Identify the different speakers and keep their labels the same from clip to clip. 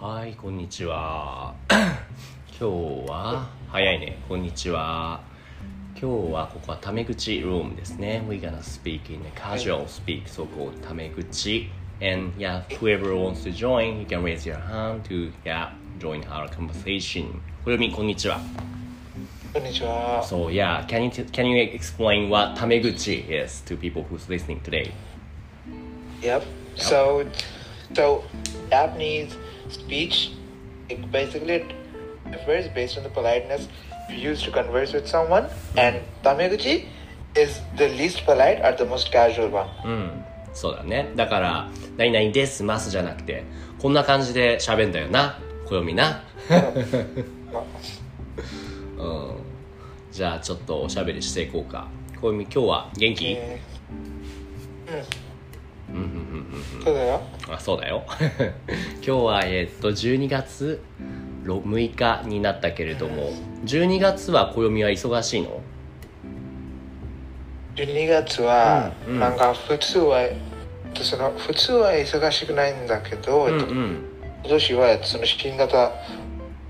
Speaker 1: おはい、こんにちは。 今日は、早いね、こんにちは。今日はここはタメ口ルームですね。We're gonna speak in a casual speak. そこタメ口。And yeah, whoever wants to join, you can raise your hand to yeah, join our conversation. こよみ、こんにちは。
Speaker 2: こんにちは。
Speaker 1: So yeah, can you, t- can you explain what タメ口 is to people who's listening today?
Speaker 2: Yep. So, so Japanese speech, it basically it differs based on the politeness you use to converse with someone, and tameguchi is the least polite or the most casual one.
Speaker 1: うんそうだねだから「何々ですます」じゃなくてこんな感じで喋んだよな暦なうんじゃあちょっとおしゃべりしていこうか暦今日は元気、
Speaker 2: えーうん。そうだよ。
Speaker 1: あそうだよ 今日はえーっと12月6日になったけれども12月は暦は忙しいの
Speaker 2: 12月は、
Speaker 1: うんうん
Speaker 2: なんか普通は、えっとその普通は忙しくないんだけど、
Speaker 1: うん
Speaker 2: え
Speaker 1: う
Speaker 2: っと
Speaker 1: ん
Speaker 2: 今年はその新型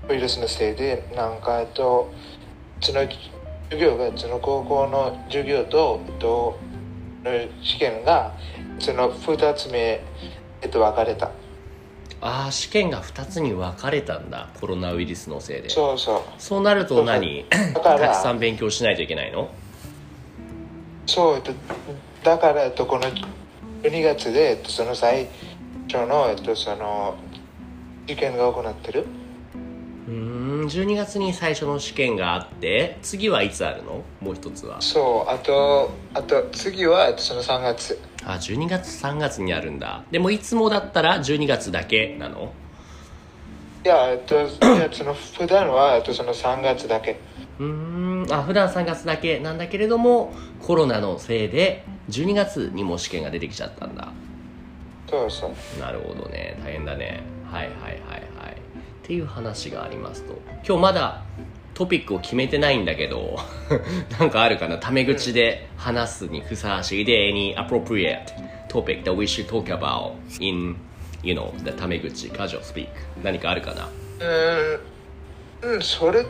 Speaker 2: ウイルスのせいでなんかえっとその授業がその高校の授業と、えっと、試験がその2つ目、えっと、分かれた
Speaker 1: ああ試験が2つに分かれたんだコロナウイルスのせいで
Speaker 2: そうそ
Speaker 1: そうなると何た
Speaker 2: うだか
Speaker 1: くさ
Speaker 2: ら
Speaker 1: ん勉強しないといけないの
Speaker 2: そう、えっと、だから、えっと、この12月で、えっと、その最初の、えっと、その試験が行ってる
Speaker 1: うーん12月に最初の試験があって次はいつあるのもう一つは
Speaker 2: そうあとあと次は、えっと、その3月
Speaker 1: あ12月3月にあるんだでもいつもだったら12月だけなの
Speaker 2: いや、えっと、いやその普段は、えっと、その3月だけ。
Speaker 1: うーんあ普段3月だけなんだけれどもコロナのせいで12月にも試験が出てきちゃったんだ
Speaker 2: そうそう。
Speaker 1: なるほどね大変だねはいはいはいはいっていう話がありますと今日まだトピックを決めてないんだけど なんかあるかなタメ口で話すにふさわしいで any appropriate topic that we should talk about in you know the タメ口 casual speak 何かあるかな
Speaker 2: うーん、うん、それ、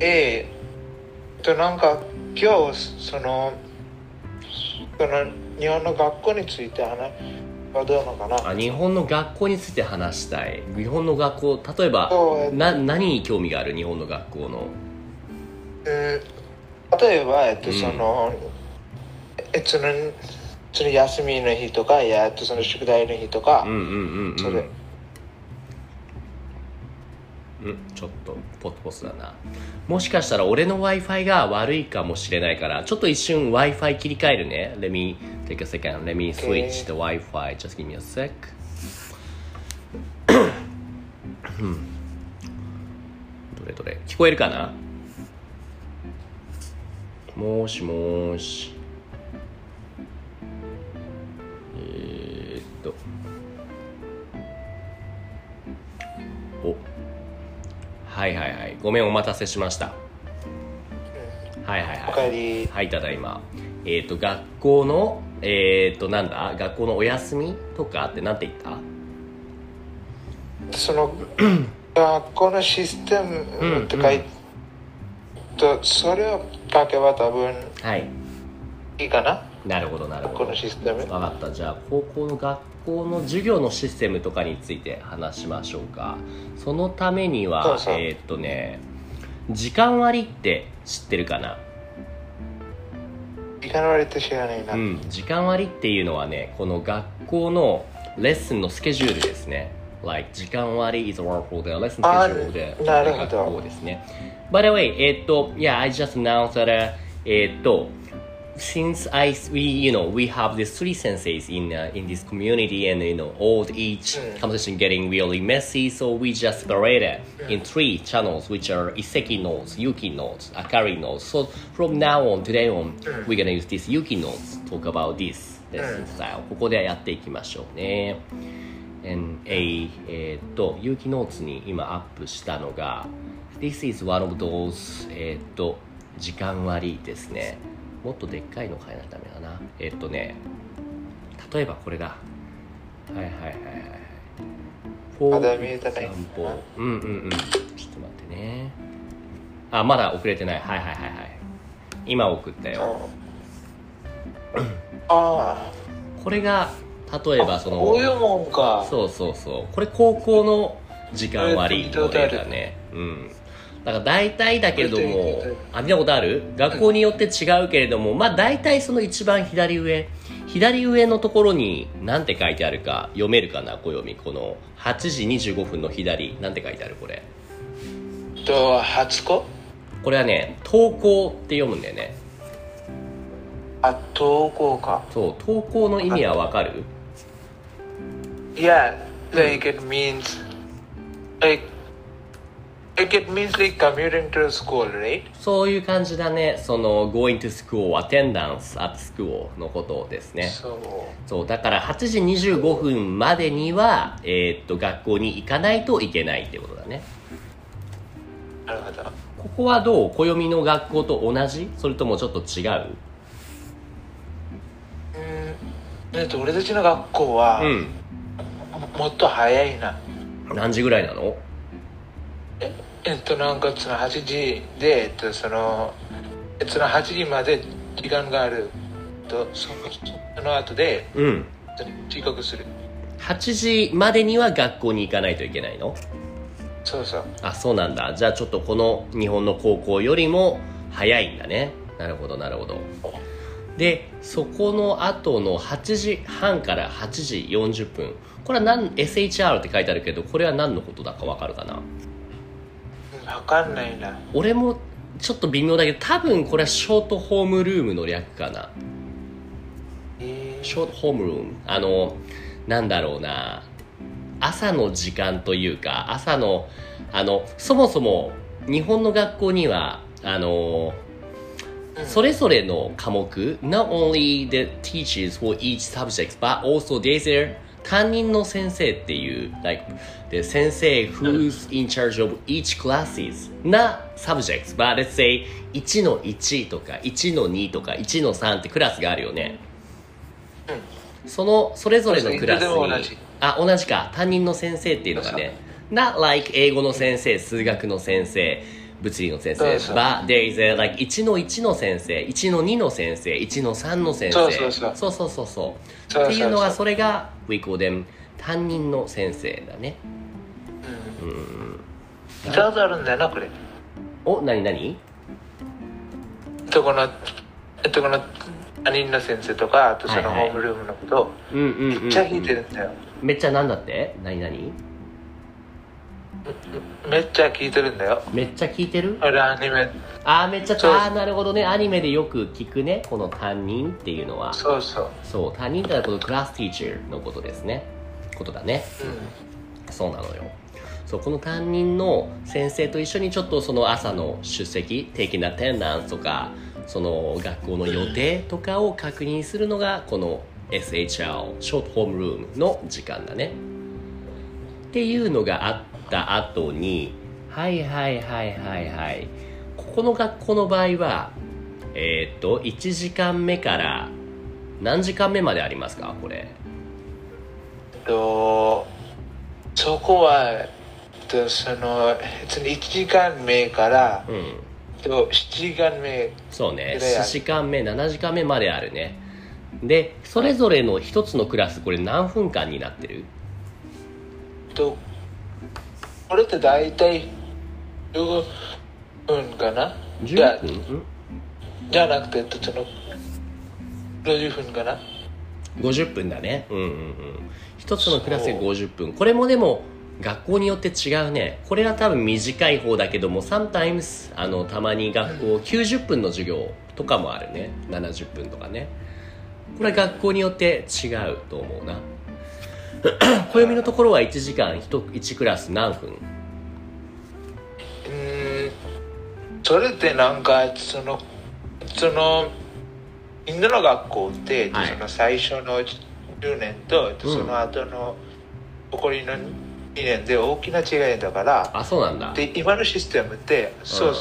Speaker 2: ええと、なんか、今日、その、その、日本の学校について話はどうなのかな。
Speaker 1: あ日本の学校について話したい日本の学校例えば
Speaker 2: そう、えっと
Speaker 1: な何に興味がある日本の学校の
Speaker 2: うん、例えば、えっと、
Speaker 1: うん
Speaker 2: その、えっと、その、その休みの日とか、いや、えっと、その宿題の日とか
Speaker 1: うん、うんうんうん
Speaker 2: それ。
Speaker 1: うん、ちょっとポツポツだなもしかしたら俺の w i f i が悪いかもしれないからちょっと一瞬 w i f i 切り替えるね Let me take a second Let me switch the w i f i Just give me a sec うんどれどれ聞こえるかなもしもしえー、っとおはいはいはいごめんお待たせしましたはいはいはい
Speaker 2: おかえり。
Speaker 1: はいただいまえっ、と学校のえっ、となんだ学校のお休みとかってなんて言った
Speaker 2: その学校のシステムって書いて、とそれを書けば多分
Speaker 1: はい
Speaker 2: いいかな
Speaker 1: なるほどなる
Speaker 2: 学
Speaker 1: ほ
Speaker 2: 校
Speaker 1: ど
Speaker 2: のシステム
Speaker 1: 分かったじゃあ高校の学校の授業のシステムとかについて話しましょうかそのために
Speaker 2: そ
Speaker 1: は
Speaker 2: うそう
Speaker 1: えっ、とね時間割って知ってるかない
Speaker 2: かなわれて知らないな、
Speaker 1: うん、時間割っていうのはねこの学校のレッスンのスケジュールですね like 時間割 is one for the lesson
Speaker 2: あ
Speaker 1: schedule で
Speaker 2: なるほど
Speaker 1: 学校ですね by the way えっと yeah I just announced that えっと since I we you know we have these three senseis in uh, in this community and you know all each conversation getting really messy, so we just separated in three channels, which are Iseki nodes, Yuki nodes, Akari nodes. So from now on, today on, we're gonna use this Yuki nodes talk about this lesson style. ここでやっていきましょうね。And a えーっと有機ノーツに今アップしたのが This is one of those えーっと時間割ですねもっとでっかいの買えないとダメだなえーっとね例えばこれだはいはいはいはいはい
Speaker 2: まだ見えたかい
Speaker 1: For example うんうんうんちょっと待ってねあまだ遅れてないはいはいはいはい今送ったよ
Speaker 2: Oh. Ah,
Speaker 1: これが例えばその
Speaker 2: こういうもんか。
Speaker 1: そうそうそうこれ高校の時間割の例だねうんだから大体だけど
Speaker 2: 見たことあ
Speaker 1: も
Speaker 2: る
Speaker 1: あ見たことある学校によって違うけれどもまあ大体その一番左上左上のところに何て書いてあるか読めるかな暦この8時25分の左何て書いてあるこれ
Speaker 2: と、初子
Speaker 1: これはね投稿って読むんだよね
Speaker 2: あ、投稿か。
Speaker 1: そう投稿の意味はわかる
Speaker 2: Yeah, like it means, like, like it means like commuting to school, right?
Speaker 1: そういう感じだねその going to school attendance at school のことですね
Speaker 2: So,
Speaker 1: そうだから8時25分までには、えーっと学校に行かないといけないってことだね
Speaker 2: なるほど。
Speaker 1: ここはどう暦の学校と同じそれともちょっと違う
Speaker 2: えっと、俺たちの学校は、
Speaker 1: う
Speaker 2: もっと早いな。
Speaker 1: ん何時ぐらいなの
Speaker 2: えっと、なんかその8時で、えっと、その、えっとその8時まで時間がある。えっと、そのその後で、
Speaker 1: うん
Speaker 2: えっと遅刻する。
Speaker 1: 8時までには学校に行かないといけないの
Speaker 2: そうそう。
Speaker 1: あそうなんだじゃあちょっとこの日本の高校よりも早いんだねなるほどなるほどでそこの後の8時半から8時40分これは何 SHR って書いてあるけどこれは何のことだかわかるかな
Speaker 2: うんわかんないな。
Speaker 1: 俺もちょっと微妙だけど多分これはショートホームルームの略かな
Speaker 2: えー
Speaker 1: ショートホームルームあのなんだろうな朝の時間というか朝のあのそもそも日本の学校にはあのそれぞれの科目 not only the teachers for each subject but also there's a 担任の先生っていう like the 先生 who's in charge of each classes な subjects but let's say 1の1とか1の2とか1の3ってクラスがあるよねそのそれぞれのクラス
Speaker 2: そう
Speaker 1: に
Speaker 2: ですいつでも同じ
Speaker 1: あ同じか担任の先生っていうのがね not like 英語の先生数学の先生物理の先
Speaker 2: そ
Speaker 1: 生
Speaker 2: うそう
Speaker 1: but there is a like 1の1の先生1の2の先生1の3の先生
Speaker 2: そうそ
Speaker 1: そうそう
Speaker 2: うそう
Speaker 1: そうそう
Speaker 2: そうそうそう
Speaker 1: っていうのがそれが We call them 担任の先生だね
Speaker 2: いろいろあるんだよな、これ。
Speaker 1: お何何
Speaker 2: えっとこの、えっとこの、他人の先生とか、あとそ
Speaker 1: は
Speaker 2: の
Speaker 1: い
Speaker 2: ホ
Speaker 1: はい
Speaker 2: ームルームのことを、
Speaker 1: うんうんうん、うん、
Speaker 2: めっちゃ聞いてるんだよ。
Speaker 1: めっちゃなんだって何何
Speaker 2: めっちゃ聞いてるんだよ。
Speaker 1: めっちゃ聞いてる
Speaker 2: 俺アニメ、
Speaker 1: ああめっちゃ
Speaker 2: そう
Speaker 1: ああなるほどねアニメでよく聞くねこの担任っていうのは
Speaker 2: そうそう。
Speaker 1: そう担任ってのはこのクラスティーチャーのことですねことだね
Speaker 2: うん。
Speaker 1: そうなのよそうこの担任の先生と一緒にちょっとその朝の出席的なテナンスとかその学校の予定とかを確認するのがこの SHR ショートホームルームの時間だねっていうのがあった後にはいはいはいはいはいここの学校の場合はえっ、と1時間目から何時間目までありますかこれ
Speaker 2: えっと、そこは、えっとその、えっと1時間目から、
Speaker 1: うん
Speaker 2: えっと7時間目、
Speaker 1: そうね
Speaker 2: ぐらいある
Speaker 1: 7時間目7時間目まであるねでそれぞれの一つのクラスこれ何分間になってる
Speaker 2: えっと、これって大体15分かなじゃ
Speaker 1: 10分
Speaker 2: じゃなくて、えっとその、50分かな
Speaker 1: 50分だねうんうんうん一つのクラスで50分これもでも学校によって違うねこれは多分短い方だけども sometimes あのたまに学校90分の授業とかもあるね70分とかねこれは学校によって違うと思うな暦のところは1時 間 1, 1クラス何分
Speaker 2: うーんそれってなんかそのそのインドの学校って、
Speaker 1: はい
Speaker 2: その最初の10年と、
Speaker 1: うん
Speaker 2: その後の残りの2年で大きな違いだから
Speaker 1: あそうなんだ
Speaker 2: で今のシステムってそう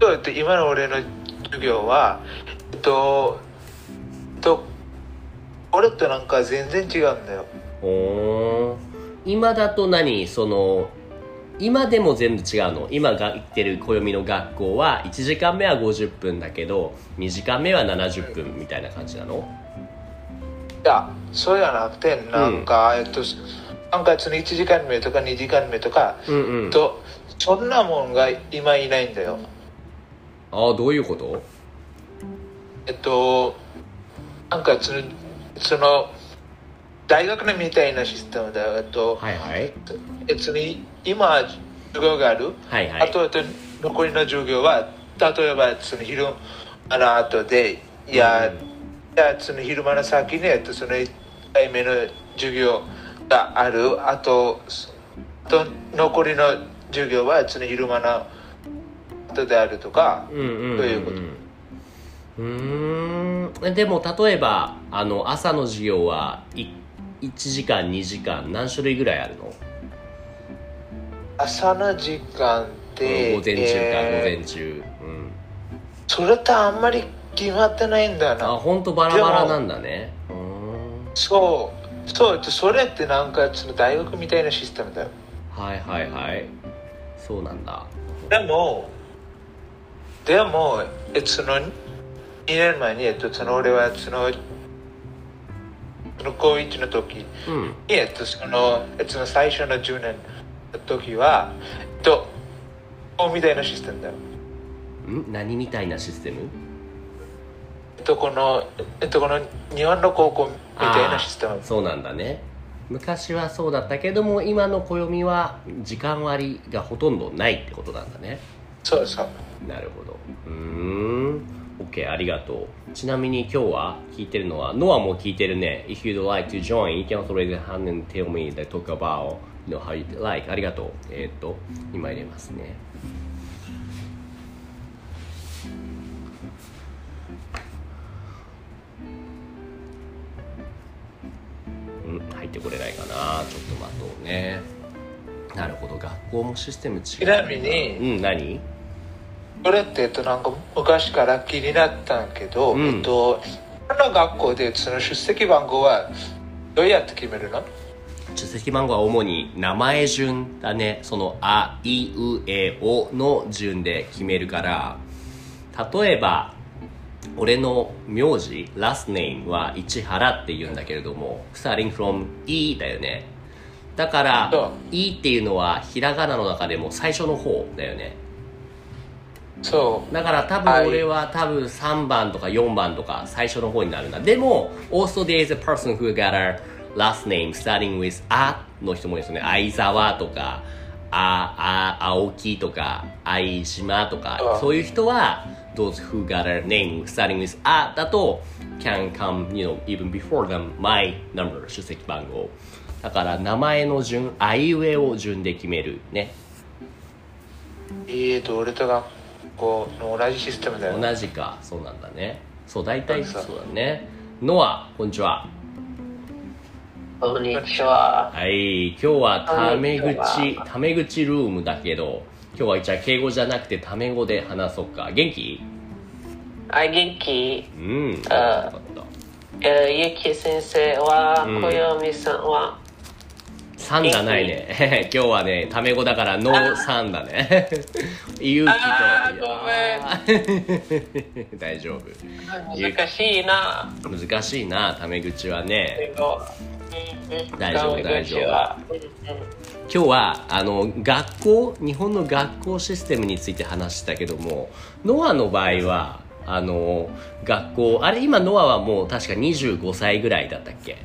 Speaker 2: そうで今の俺の授業はえっとえっと俺となんか全然違うんだよ
Speaker 1: おー今だと何その今でも全部違うの今が行ってる暦の学校は1時間目は50分だけど2時間目は70分みたいな感じなの
Speaker 2: いやそうじゃなくてなんか、えっとなんかその1時間目とか2時間目とか、
Speaker 1: うんう
Speaker 2: え
Speaker 1: ん
Speaker 2: っとそんなもんが今いないんだよ
Speaker 1: ああどういうこと
Speaker 2: えっとなんかそのその大学のみたいなシステムだよえっと、
Speaker 1: はいはい
Speaker 2: えっと今授業がある、
Speaker 1: はいはい
Speaker 2: あとあと残りの授業は例えばその昼間の後でいや,、
Speaker 1: うん
Speaker 2: いやその昼間の先に、えっと、その1回目の授業があるあとそあと残りの授業はその昼間の後であるとか、
Speaker 1: うんうんうん、うん、
Speaker 2: ということ
Speaker 1: うーんえでも例えばあの朝の授業はい1時間2時間何種類ぐらいあるの、
Speaker 2: 朝の時間って、
Speaker 1: うん午前中か、
Speaker 2: え
Speaker 1: 午前中うん
Speaker 2: ーそれとあんまり決まってないんだよ
Speaker 1: あ
Speaker 2: な
Speaker 1: 本当バラバラなんだねうーん
Speaker 2: そうそうそれってなんかその大学みたいなシステムだよ
Speaker 1: はいはいはいそうなんだ
Speaker 2: でも、でも、えっとその2年前に、えっと、その俺はその、その高1の時に、
Speaker 1: うん
Speaker 2: えっと、その、えっと、その最初の10年の時は、えっと、こうみたいなシステムだよ。
Speaker 1: ん何みたいなシステム
Speaker 2: えっと、この、えっと、この日本の高校みたいなシステム
Speaker 1: あー。そうなんだね昔はそうだったけども今の暦は時間割がほとんどないってことなんだね
Speaker 2: そうそう。
Speaker 1: なるほどうーん OK ありがとうちなみに今日は聞いてるのはノアも聞いてるね If you'd like to join you can raise a hand and tell me the talk about you know, how you like ありがとうえーっと今入れますねうん入ってこれないかなちょっと待とうねなるほど学校もシステム違うち
Speaker 2: なみに
Speaker 1: うん何
Speaker 2: それって、えっと、なんか昔から気になったんだけど、
Speaker 1: うん
Speaker 2: えっと、日本の学校でその出席番号はどうやって決めるの
Speaker 1: 出席番号は主に名前順だねその「あいうえお」の順で決めるから例えば俺の名字ラスネイムは市原って言うんだけれども starting from E だよねだから
Speaker 2: そ
Speaker 1: E っていうのはひらがなの中でも最初の方だよね
Speaker 2: そう。
Speaker 1: だから多分俺は多分3番とか4番とか最初の方になるんだ。でも、also there is a person who got a last name starting with a の人もいるんですよね。相沢とか、あ、あ、青木とか、相島とか
Speaker 2: あ、
Speaker 1: そういう人は、those who got a name starting with a だと、can come, you know, even before them, my number, 出席番号。だから名前の順、あいうえを順で決めるね。
Speaker 2: えーと、俺と学校の同じシステムだよ。
Speaker 1: 同じかそうなんだねそう大体
Speaker 2: そう
Speaker 1: そうだねノアこんにちは
Speaker 3: こんにちは。
Speaker 1: はい今日はタメ
Speaker 3: こんにち
Speaker 1: 口タメ口ルームだけど今日はじゃあ敬語じゃなくてタメ語で話そうか元気
Speaker 3: あ、元気。
Speaker 1: うんよ
Speaker 3: あ
Speaker 1: かった
Speaker 3: えー、ゆき先生は、
Speaker 1: うん
Speaker 3: こよみさんは、
Speaker 1: 3がないね 今日はねタメ語だからノー3だね 勇気と
Speaker 3: あー
Speaker 1: めん 大丈夫
Speaker 3: 難しいな。
Speaker 1: 難しいなタメ口はね
Speaker 3: 英語
Speaker 1: 大丈夫大丈夫。
Speaker 3: うんうん
Speaker 1: 今日はあの学校日本の学校システムについて話したけどもノアの場合はあの学校あれ今ノアはもう確か25歳ぐらいだったっけ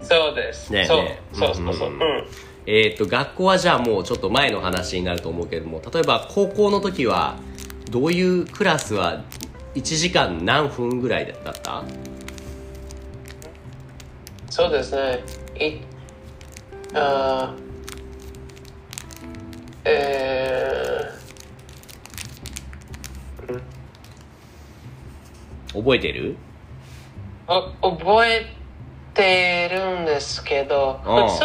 Speaker 3: そうです。
Speaker 1: だよ
Speaker 3: そう
Speaker 1: ね
Speaker 3: そうそうそう。
Speaker 1: う
Speaker 3: うんん。
Speaker 1: えっ、と、学校はじゃあもうちょっと前の話になると思うけれども、例えば高校の時は、どういうクラスは1時間何分ぐらいだった
Speaker 3: そうですね。い、あーえ
Speaker 1: 覚えてる
Speaker 3: ー、お覚えてるんですけど、
Speaker 1: うん
Speaker 3: 普通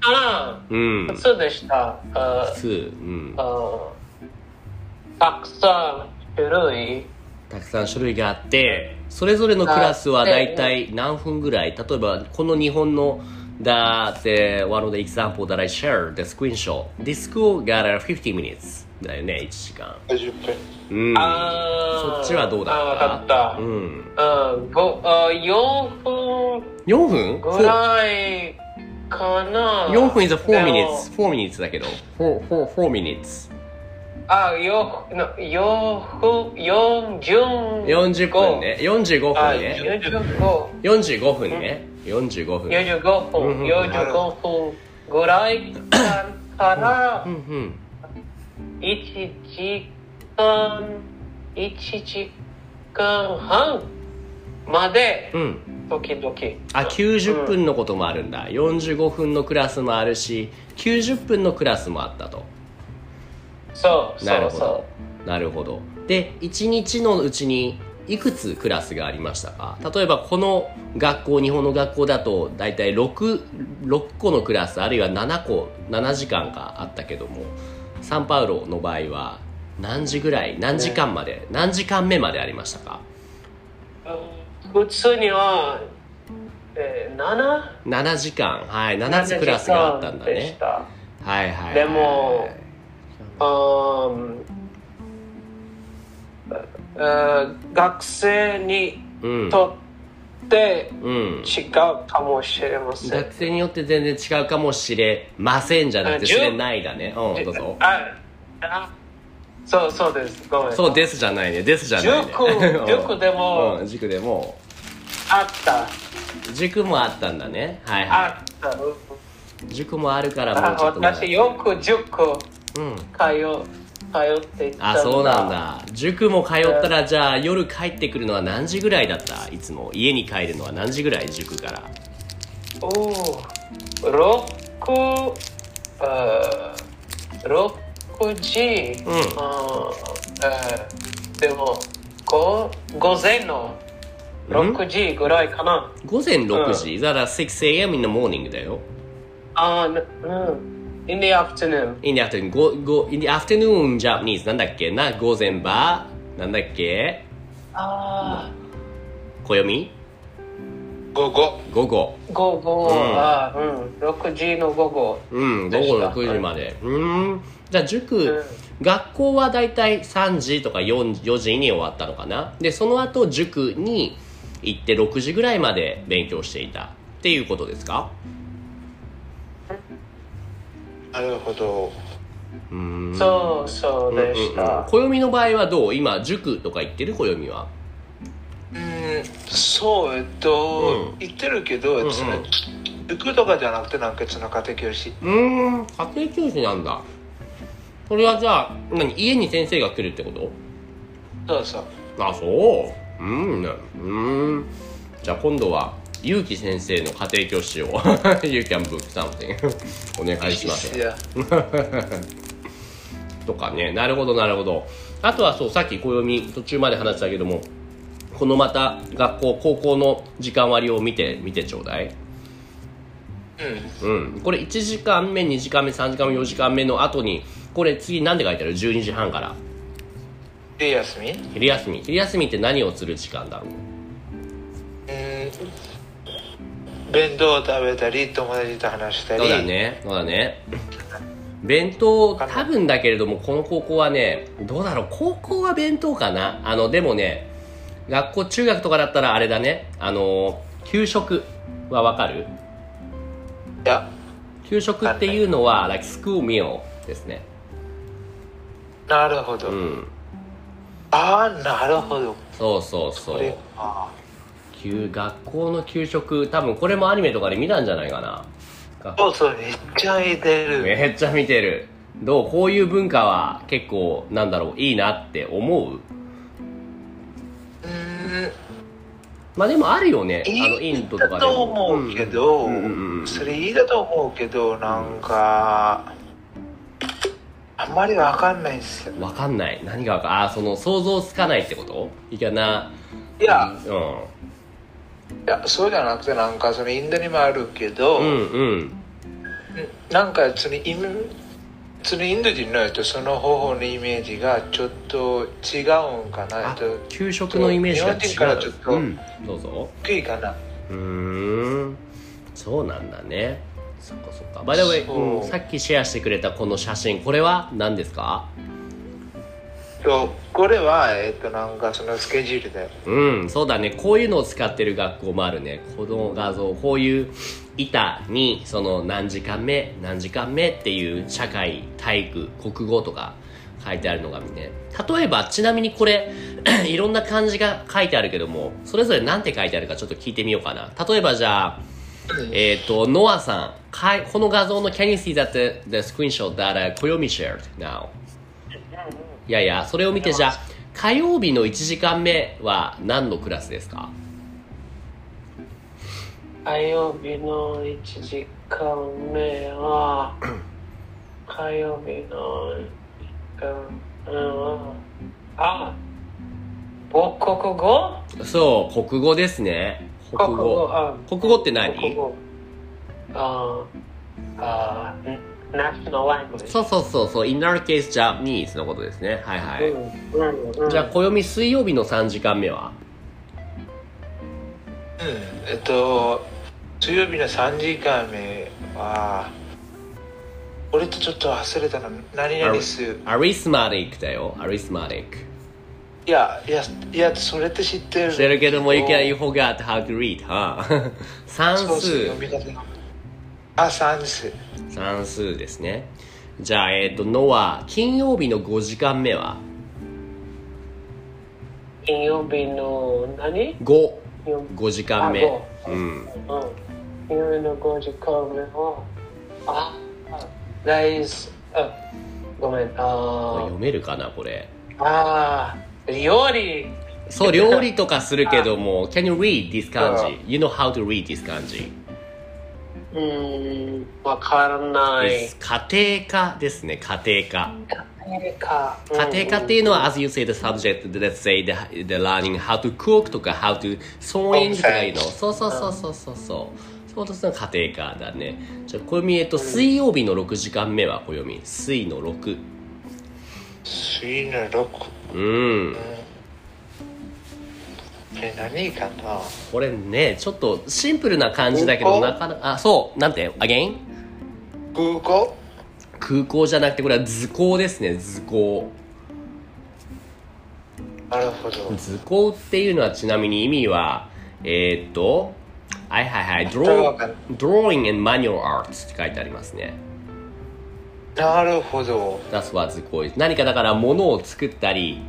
Speaker 3: か
Speaker 1: うん
Speaker 3: な。普通でした。あ
Speaker 1: 普通。うん
Speaker 3: ー。あーたくさん種類。
Speaker 1: たくさん種類があってそれぞれのクラスは
Speaker 3: あ
Speaker 1: 大体何分ぐらい例えばこの日本のだって one of the example that I share the screenshot this school got a 50 minutes だよね1時間
Speaker 2: As you print.
Speaker 1: うんそ
Speaker 3: あー
Speaker 1: っちはどうだった
Speaker 3: あーわかった
Speaker 1: うん、
Speaker 3: うん、ごあ4分
Speaker 1: 4分
Speaker 3: ぐらいかな
Speaker 1: ?4 分 is 4
Speaker 3: でも
Speaker 1: minutes 4 minutes だけど 4, 4, 4 minutes
Speaker 3: あよよ分
Speaker 1: 40
Speaker 3: 40
Speaker 1: 分ね45
Speaker 3: あ
Speaker 1: 分ね
Speaker 3: 45
Speaker 1: 45分ね45分
Speaker 3: 45
Speaker 1: うん
Speaker 3: 分45分ぐらいかから
Speaker 1: うんうん
Speaker 3: 1時間1時間半まで
Speaker 1: うん
Speaker 3: 時々
Speaker 1: あ90分のこともあるんだ、45分のクラスもあるし90分のクラスもあったと
Speaker 3: そう
Speaker 1: な
Speaker 3: そ
Speaker 1: るほ
Speaker 3: うそ
Speaker 1: どなるほどで1日のうちにいくつクラスがありましたか例えばこの学校日本の学校だと大体 6, 6個のクラスあるいは7個7時間があったけどもサンパウロの場合は何時ぐらい何時間まで、何時間目までありましたか
Speaker 3: う普通には、えー、7
Speaker 1: 7時間はい7つクラスがあったんだ
Speaker 3: でし
Speaker 1: ね
Speaker 3: た
Speaker 1: はいはいはい
Speaker 3: でもあーえー学生に
Speaker 1: うん
Speaker 3: とって
Speaker 1: うん、
Speaker 3: 違うかもしれません。
Speaker 1: 学生によって全然違うかもしれませんじゃなくて
Speaker 3: あ
Speaker 1: 知
Speaker 3: じゅう
Speaker 1: れないだねうんどうぞ
Speaker 3: ああそうそうです。ごめん。
Speaker 1: そうですじゃないねですじゃないね
Speaker 3: 塾
Speaker 1: うん
Speaker 3: 塾でも
Speaker 1: うん、塾でも
Speaker 3: あった。
Speaker 1: 塾もあったんだねはいは
Speaker 3: あった。
Speaker 1: い塾もあるからもう
Speaker 3: あ
Speaker 1: ちょっとまだ
Speaker 3: 私よく塾
Speaker 1: うん
Speaker 3: 通通っていた
Speaker 1: あそうなん。だ塾も通ったらじゃあ夜帰ってくるのは何時ぐらいだったいつも家に帰るのは何時ぐらい塾から
Speaker 3: おお、六あ六時。
Speaker 1: うん
Speaker 3: あーでも午午前の6時ぐらいかな。
Speaker 1: 午前6時、だから 6am in the morning だよ
Speaker 3: あーうん。In the afternoon.
Speaker 1: in the afternoon ごご in the afternoon Japanese なんだっけな午前ばなんだっけ
Speaker 3: あ
Speaker 1: 暦
Speaker 2: Go, go.
Speaker 1: 午後
Speaker 3: あ、午後、
Speaker 1: うん
Speaker 3: あーうん、6時の午後。
Speaker 1: うん午
Speaker 3: でした
Speaker 1: 後6時までうんじゃあ塾、
Speaker 3: うん
Speaker 1: 学校はだいたい3時とか 4, 4時に終わったのかなでその後塾に行って6時ぐらいまで勉強していたっていうことですか
Speaker 2: なるほど。
Speaker 1: うーん
Speaker 3: そうそうでした。
Speaker 1: うんうんうん暦の場合はどう今塾とか行ってる暦は
Speaker 2: うんそうえっと、
Speaker 1: うん
Speaker 2: 言ってるけど、
Speaker 1: んうん
Speaker 2: その塾とかじゃなくてなんかその家庭教師
Speaker 1: うーん家庭教師なんだそれはじゃあ何家に先生が来るってこと
Speaker 2: そうそう
Speaker 1: あそううんうんじゃあ今度は結城先生の家庭教師を You can book something お願いします
Speaker 2: いや
Speaker 1: とかねなるほどなるほどあとはそうさっき暦途中まで話したけどもこのまた学校高校の時間割を見て見てちょうだい
Speaker 2: うん
Speaker 1: うんこれ1時間目2時間目3時間目4時間目の後にこれ次何で書いてある12時半から
Speaker 2: で休み
Speaker 1: 昼休み昼休みって何をする時間だろう
Speaker 2: うん弁当を食べたり友達と話したり
Speaker 1: そうだねそうだね弁当多分だけれどもこの高校はねどうだろう高校は弁当かなあのでもね学校中学とかだったらあれだねあの給食はわかる
Speaker 2: いや
Speaker 1: 給食っていうのは like school meal ですね
Speaker 2: なるほど、
Speaker 1: うん
Speaker 2: ああなるほど
Speaker 1: そうそうそ
Speaker 2: こ
Speaker 1: う
Speaker 2: れあ
Speaker 1: 給学校の給食多分これもアニメとかで見たんじゃないかな学
Speaker 3: そうそう、めっちゃ似てる。
Speaker 1: めっちゃ見てるどうこういう文化は結構なんだろういいなって思う
Speaker 3: うーん
Speaker 1: まあでもあるよね
Speaker 3: いい
Speaker 1: あのインドとか
Speaker 3: だ
Speaker 1: でも
Speaker 3: と思うけど、
Speaker 1: うんうんうん
Speaker 3: それいいだと思うけどなんか、あんまりわかんないっすよ
Speaker 1: わかんない何がわかんああその想像つかないってこといやない
Speaker 3: や
Speaker 1: うん
Speaker 3: いやそうじゃなくてなんかそのインドにもあるけど、
Speaker 1: うんうん
Speaker 3: なんかそのイメそのインド人の人その方法のイメージがちょっと違うんかな
Speaker 1: あ
Speaker 3: と
Speaker 1: 給食のイメージが違う
Speaker 3: 日本人からちょっと
Speaker 1: うん、どうぞ
Speaker 3: 低いかな
Speaker 1: うーんそうなんだねそっかそっかバイダウェイ、
Speaker 3: そう
Speaker 1: うんさっきシェアしてくれたこの写真これは何ですか
Speaker 3: とこれはえっ、となんかそのスケジュールだよ
Speaker 1: うんそうだねこういうのを使ってる学校もあるねこの画像こういう板にその何時間目何時間目っていう社会体育国語とか書いてあるのがね例えばちなみにこれ いろんな漢字が書いてあるけどもそれぞれ何て書いてあるかちょっと聞いてみようかな例えばじゃあえっ、とノアさんかいこの画像の Can you see that the, the screenshot that、uh, Koyomi shared now? いやいや、それを見てじゃあ、火曜日の1時間目は何のクラスですか
Speaker 3: 火曜日の1時間目は火曜日の1時間目はあ母国語
Speaker 1: そう、国語ですね。国語。
Speaker 3: あ
Speaker 1: 国語って何
Speaker 3: 国語ああナショナルラング
Speaker 1: そうそうそうそう、in our case Japanese のことですね。はいはい。
Speaker 3: はい
Speaker 1: じゃあ、暦水曜日の3時間目は
Speaker 2: えっと、水曜日の3時間目は、俺とちょっと忘れたの、何々す。い
Speaker 1: アリスマティックだよ、アリスマティック。
Speaker 2: や、いや、いや、それって知ってる。
Speaker 1: 知ってるけども、you, can,
Speaker 2: 言
Speaker 1: you forgot how to read, huh? 算
Speaker 2: そうそう
Speaker 1: 数
Speaker 2: 読。み方があ、算数。
Speaker 1: 算数ですね。じゃあ、えっ、と、ノア、金曜日の5時間目は
Speaker 3: 金曜日の何
Speaker 1: ?5。
Speaker 3: 金曜日
Speaker 1: 5時間目。
Speaker 3: あ五
Speaker 1: うん。
Speaker 3: うん金曜日の5時間目はあ大スあごめんあ
Speaker 1: 読めるかな、これ。
Speaker 3: あ料理
Speaker 1: そう、料理とかするけども、can you read this 漢字 ?you know how to read this 漢字、
Speaker 3: うんわからない
Speaker 1: 家庭科ですね、家庭科。
Speaker 3: 家庭科
Speaker 1: 家庭科っていうのは、as you say the subject, let's say the, the learning how to cook とか how to sewing とかいうの。そうそうそうそうそうそう。そうですね、家庭科だね。じゃあ、小読えっと、水曜日の6時間目は小読み。水の6。
Speaker 2: 水の六。
Speaker 1: うん。
Speaker 2: え、何かな
Speaker 1: これね、ちょっとシンプルな感じだけど、
Speaker 2: 空
Speaker 1: なかなか、あ、そう、なんて、again?
Speaker 2: 空港
Speaker 1: 空港じゃなくて、これは図工ですね、図工。
Speaker 2: なるほど。
Speaker 1: 図工っていうのはちなみに意味はえーっとはいはいはいド
Speaker 2: わ
Speaker 1: ロ
Speaker 2: かんな
Speaker 1: ー
Speaker 2: い
Speaker 1: Drawing and Manual Arts って書いてありますね
Speaker 2: なるほど。
Speaker 1: That's what 図工 is 何かだから物を作ったり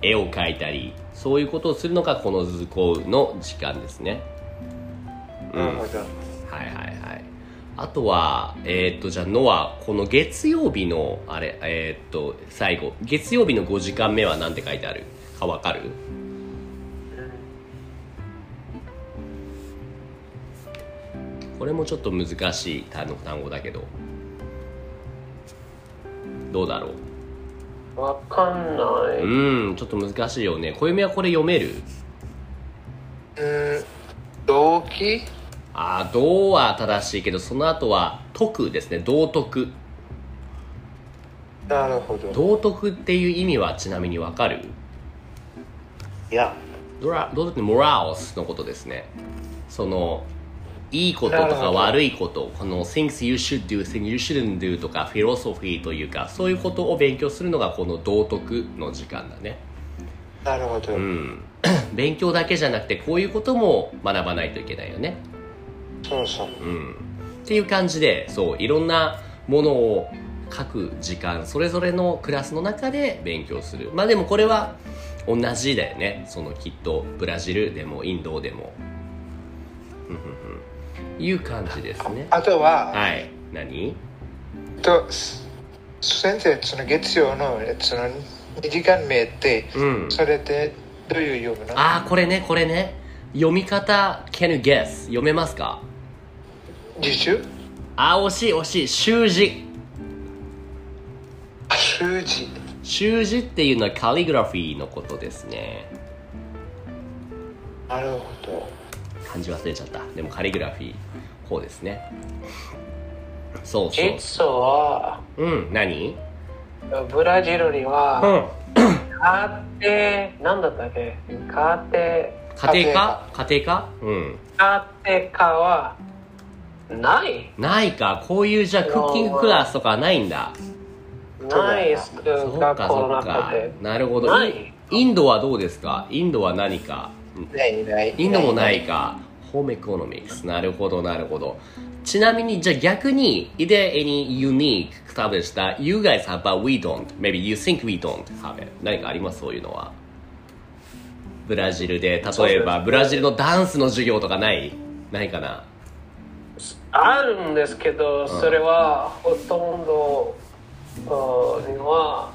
Speaker 1: 絵を描いたりそういうことをするのがこの図工の時間ですね
Speaker 2: なるほど。
Speaker 1: はいはいはいあとはえーっとじゃあノアこの月曜日のあれえーっと最後月曜日の5時間目は何て書いてあるかわかるこれもちょっと難しい単語単語だけどどうだろ
Speaker 3: わかん
Speaker 1: うう
Speaker 3: ない
Speaker 1: ーんちょっと難しいよね暦はこれ読める
Speaker 2: 動機
Speaker 1: ああ道は正しいけどその後は徳ですね道徳
Speaker 2: なるほど。
Speaker 1: 道徳っていう意味はちなみにわかる
Speaker 2: いや、
Speaker 1: ドラ道徳ってモラオスのことですねそのいいことと
Speaker 2: なるほ
Speaker 1: か
Speaker 2: ど
Speaker 1: 悪いことこの things you should do things you shouldn't do とかフィロソフィーというかそういうことを勉強するのがこの道徳の時間だね
Speaker 2: なるほど。
Speaker 1: うん 勉強だけじゃなくてこういうことも学ばないといけないよね
Speaker 2: そうそう。
Speaker 1: うんっていう感じでそういろんなものを書く時間それぞれのクラスの中で勉強するまあでもこれは同じだよねそのきっとブラジルでもインドでもいう感じですね
Speaker 2: あとは、
Speaker 1: はい何
Speaker 2: とす先生その月曜のその2時間目って、
Speaker 1: うん
Speaker 2: それってどういう読むの
Speaker 1: ああこれねこれね読み方 Can you guess 読めますか
Speaker 2: 自習
Speaker 1: あー惜しい惜しい習字
Speaker 2: 習字
Speaker 1: 習字っていうのはカリグラフィーのことですね
Speaker 2: なるほど
Speaker 1: 漢字忘れちゃったでもカリグラフィーこうですねそうそう
Speaker 3: 実は
Speaker 1: うん何
Speaker 3: ブラジルには、
Speaker 1: うん
Speaker 3: 家庭なんだったっけ家庭
Speaker 1: 家庭科家庭科うん
Speaker 3: 家庭科はない
Speaker 1: ないかこういうじゃあクッキングクラスとかはないんだ
Speaker 3: ないスク
Speaker 1: そ
Speaker 3: ー
Speaker 1: う
Speaker 3: ル学
Speaker 1: か
Speaker 3: 校
Speaker 1: そ
Speaker 3: の
Speaker 1: う
Speaker 3: 中
Speaker 1: か
Speaker 3: で
Speaker 1: なるほど
Speaker 3: ない
Speaker 1: インドはどうですかインドは何か
Speaker 2: ないない
Speaker 1: インドもないかホームエコノミクスなるほどなるほどちなみにじゃあ逆に Is there any unique established that you guys have but we don't maybe you think we don't have it 何かありますそういうのはブラジルで例えばブラジルのダンスの授業とかないないかな
Speaker 3: あるんですけどそれはほとんどうんには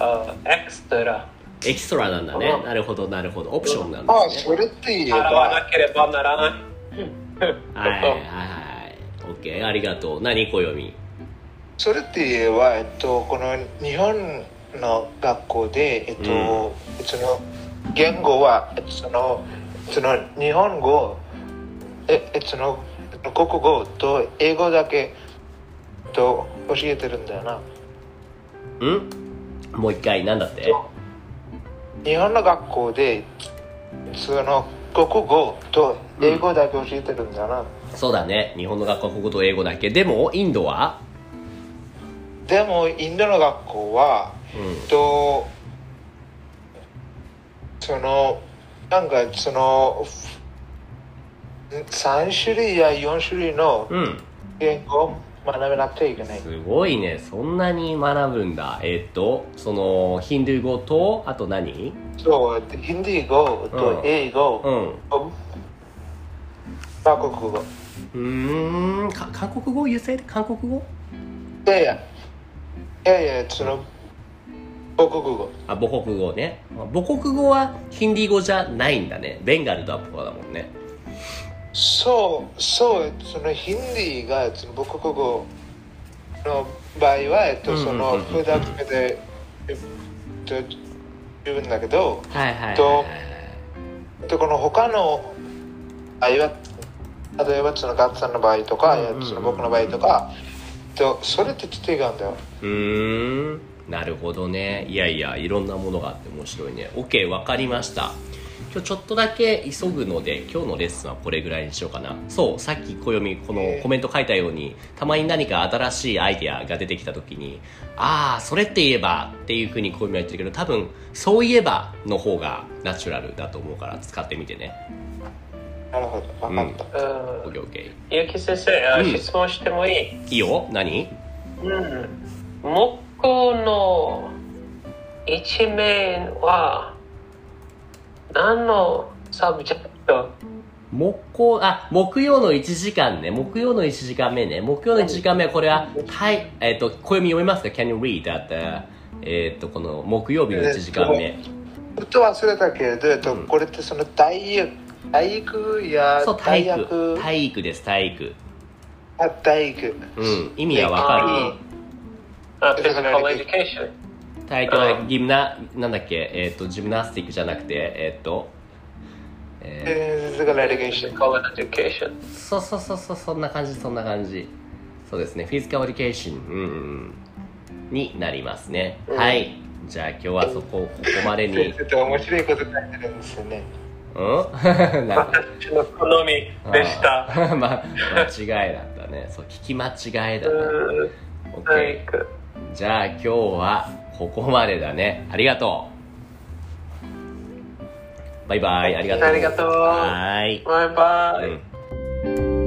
Speaker 3: あエクストラ
Speaker 1: エキストラなんだ
Speaker 3: う
Speaker 1: ね
Speaker 3: ん
Speaker 1: なるほどなるほどオプションなんで
Speaker 2: あ
Speaker 1: すね
Speaker 2: それって言え
Speaker 3: 払わな
Speaker 2: ば
Speaker 3: ければならない
Speaker 1: はいはいはい OK ありがとう何小読み
Speaker 2: それって言えば、えっと、この日本の学校で、えっとその言語はえっとそのその日本語ええっとその国語と英語だけえっと教えてるんだよなん
Speaker 1: もう一回なんだって
Speaker 2: 日本の学校でその国語と英語だけ教えてるんだな、
Speaker 1: そうだね日本の学校は国語と英語だけでもインドは
Speaker 2: でもインドの学校は、えっとそのなんかその3種類や4種類の
Speaker 1: うん
Speaker 2: 言語を学べなくちゃいけない、
Speaker 1: すごいねそんなに学ぶんだえっとそのヒンドゥー語とあと何
Speaker 2: そうヒンディー語
Speaker 1: うん
Speaker 2: と英
Speaker 1: う
Speaker 2: 語、
Speaker 1: んう
Speaker 2: 韓国語
Speaker 1: ーんか韓国語優勢韓国語
Speaker 2: いやいやいやいやその母国語
Speaker 1: あ母国語ね母国語はヒンディー語じゃないんだねベンガルとアップだもんね
Speaker 2: そうそうそのヒンディーがその母国語の場合は、えっと、そ
Speaker 1: うん
Speaker 2: の
Speaker 1: うんうんうん
Speaker 2: 普段目で、えっと、言うんだけど、
Speaker 1: はいはいはい
Speaker 2: と
Speaker 1: はい
Speaker 2: えっと、この他の場合は例えばそのガッツさんの場合とか、
Speaker 1: うんうんうん
Speaker 2: えっとその僕の場合とか、えっと、それってちょっと違うんだよ
Speaker 1: うーんなるほどねいやいやいろんなものがあって面白いね OK わかりました今日ちょっとだけ急ぐので今日のレッスンはこれぐらいにしようかなそうさっき暦このコメント書いたようにたまに何か新しいアイデアが出てきた時にああそれって言えばっていうふうに暦は言ってるけど多分そういえばの方がナチュラルだと思うから使ってみてね
Speaker 2: なるほど分かった、
Speaker 3: うん
Speaker 1: OKOK
Speaker 3: ゆき先生あ
Speaker 1: うん
Speaker 3: 質問してもい
Speaker 1: い
Speaker 3: い
Speaker 1: いよ何
Speaker 3: うん木の一面は何のサブジェクト
Speaker 1: 木工、あ、木曜の1時間ね。木曜の1時間目ね。木曜の1時間目は、これは、はい、えっ、と、暦読みますか ?Can you read at, えっ、と、この木曜日の1時間目。
Speaker 2: ちょっと忘れたけれど、えっと、
Speaker 1: うん
Speaker 2: これってその体育体育や
Speaker 1: そう、体
Speaker 2: 大
Speaker 1: 育。
Speaker 2: 学
Speaker 1: 体育です、体育。
Speaker 2: あ体育
Speaker 1: うん、意味はわか
Speaker 3: あ physical education
Speaker 1: る。体育はギムナ、なんだっけ、えっ、と、ジムナスティックじゃなくて、えっ、と、え
Speaker 2: えー、だからエレゲーション
Speaker 3: physical education
Speaker 1: ーそうそうそうそう、そんな感じ、そんな感じ。そうですね、フィジカルエディケーション、うんうんうん、になりますね。はい。じゃあ今日はそこ、ここまでに
Speaker 2: 先。生って面白いこと書いてるんですよね
Speaker 1: うん なんか
Speaker 3: 私の好みでした
Speaker 1: あー ま、間違いだったねそう聞き間違いだ
Speaker 3: う
Speaker 1: ね
Speaker 3: ん
Speaker 1: OK
Speaker 3: 体育
Speaker 1: じゃあ今日はここまでだねありがとうバイバイありがとう
Speaker 3: ありがとう
Speaker 1: はーい
Speaker 3: バイバイ
Speaker 1: うん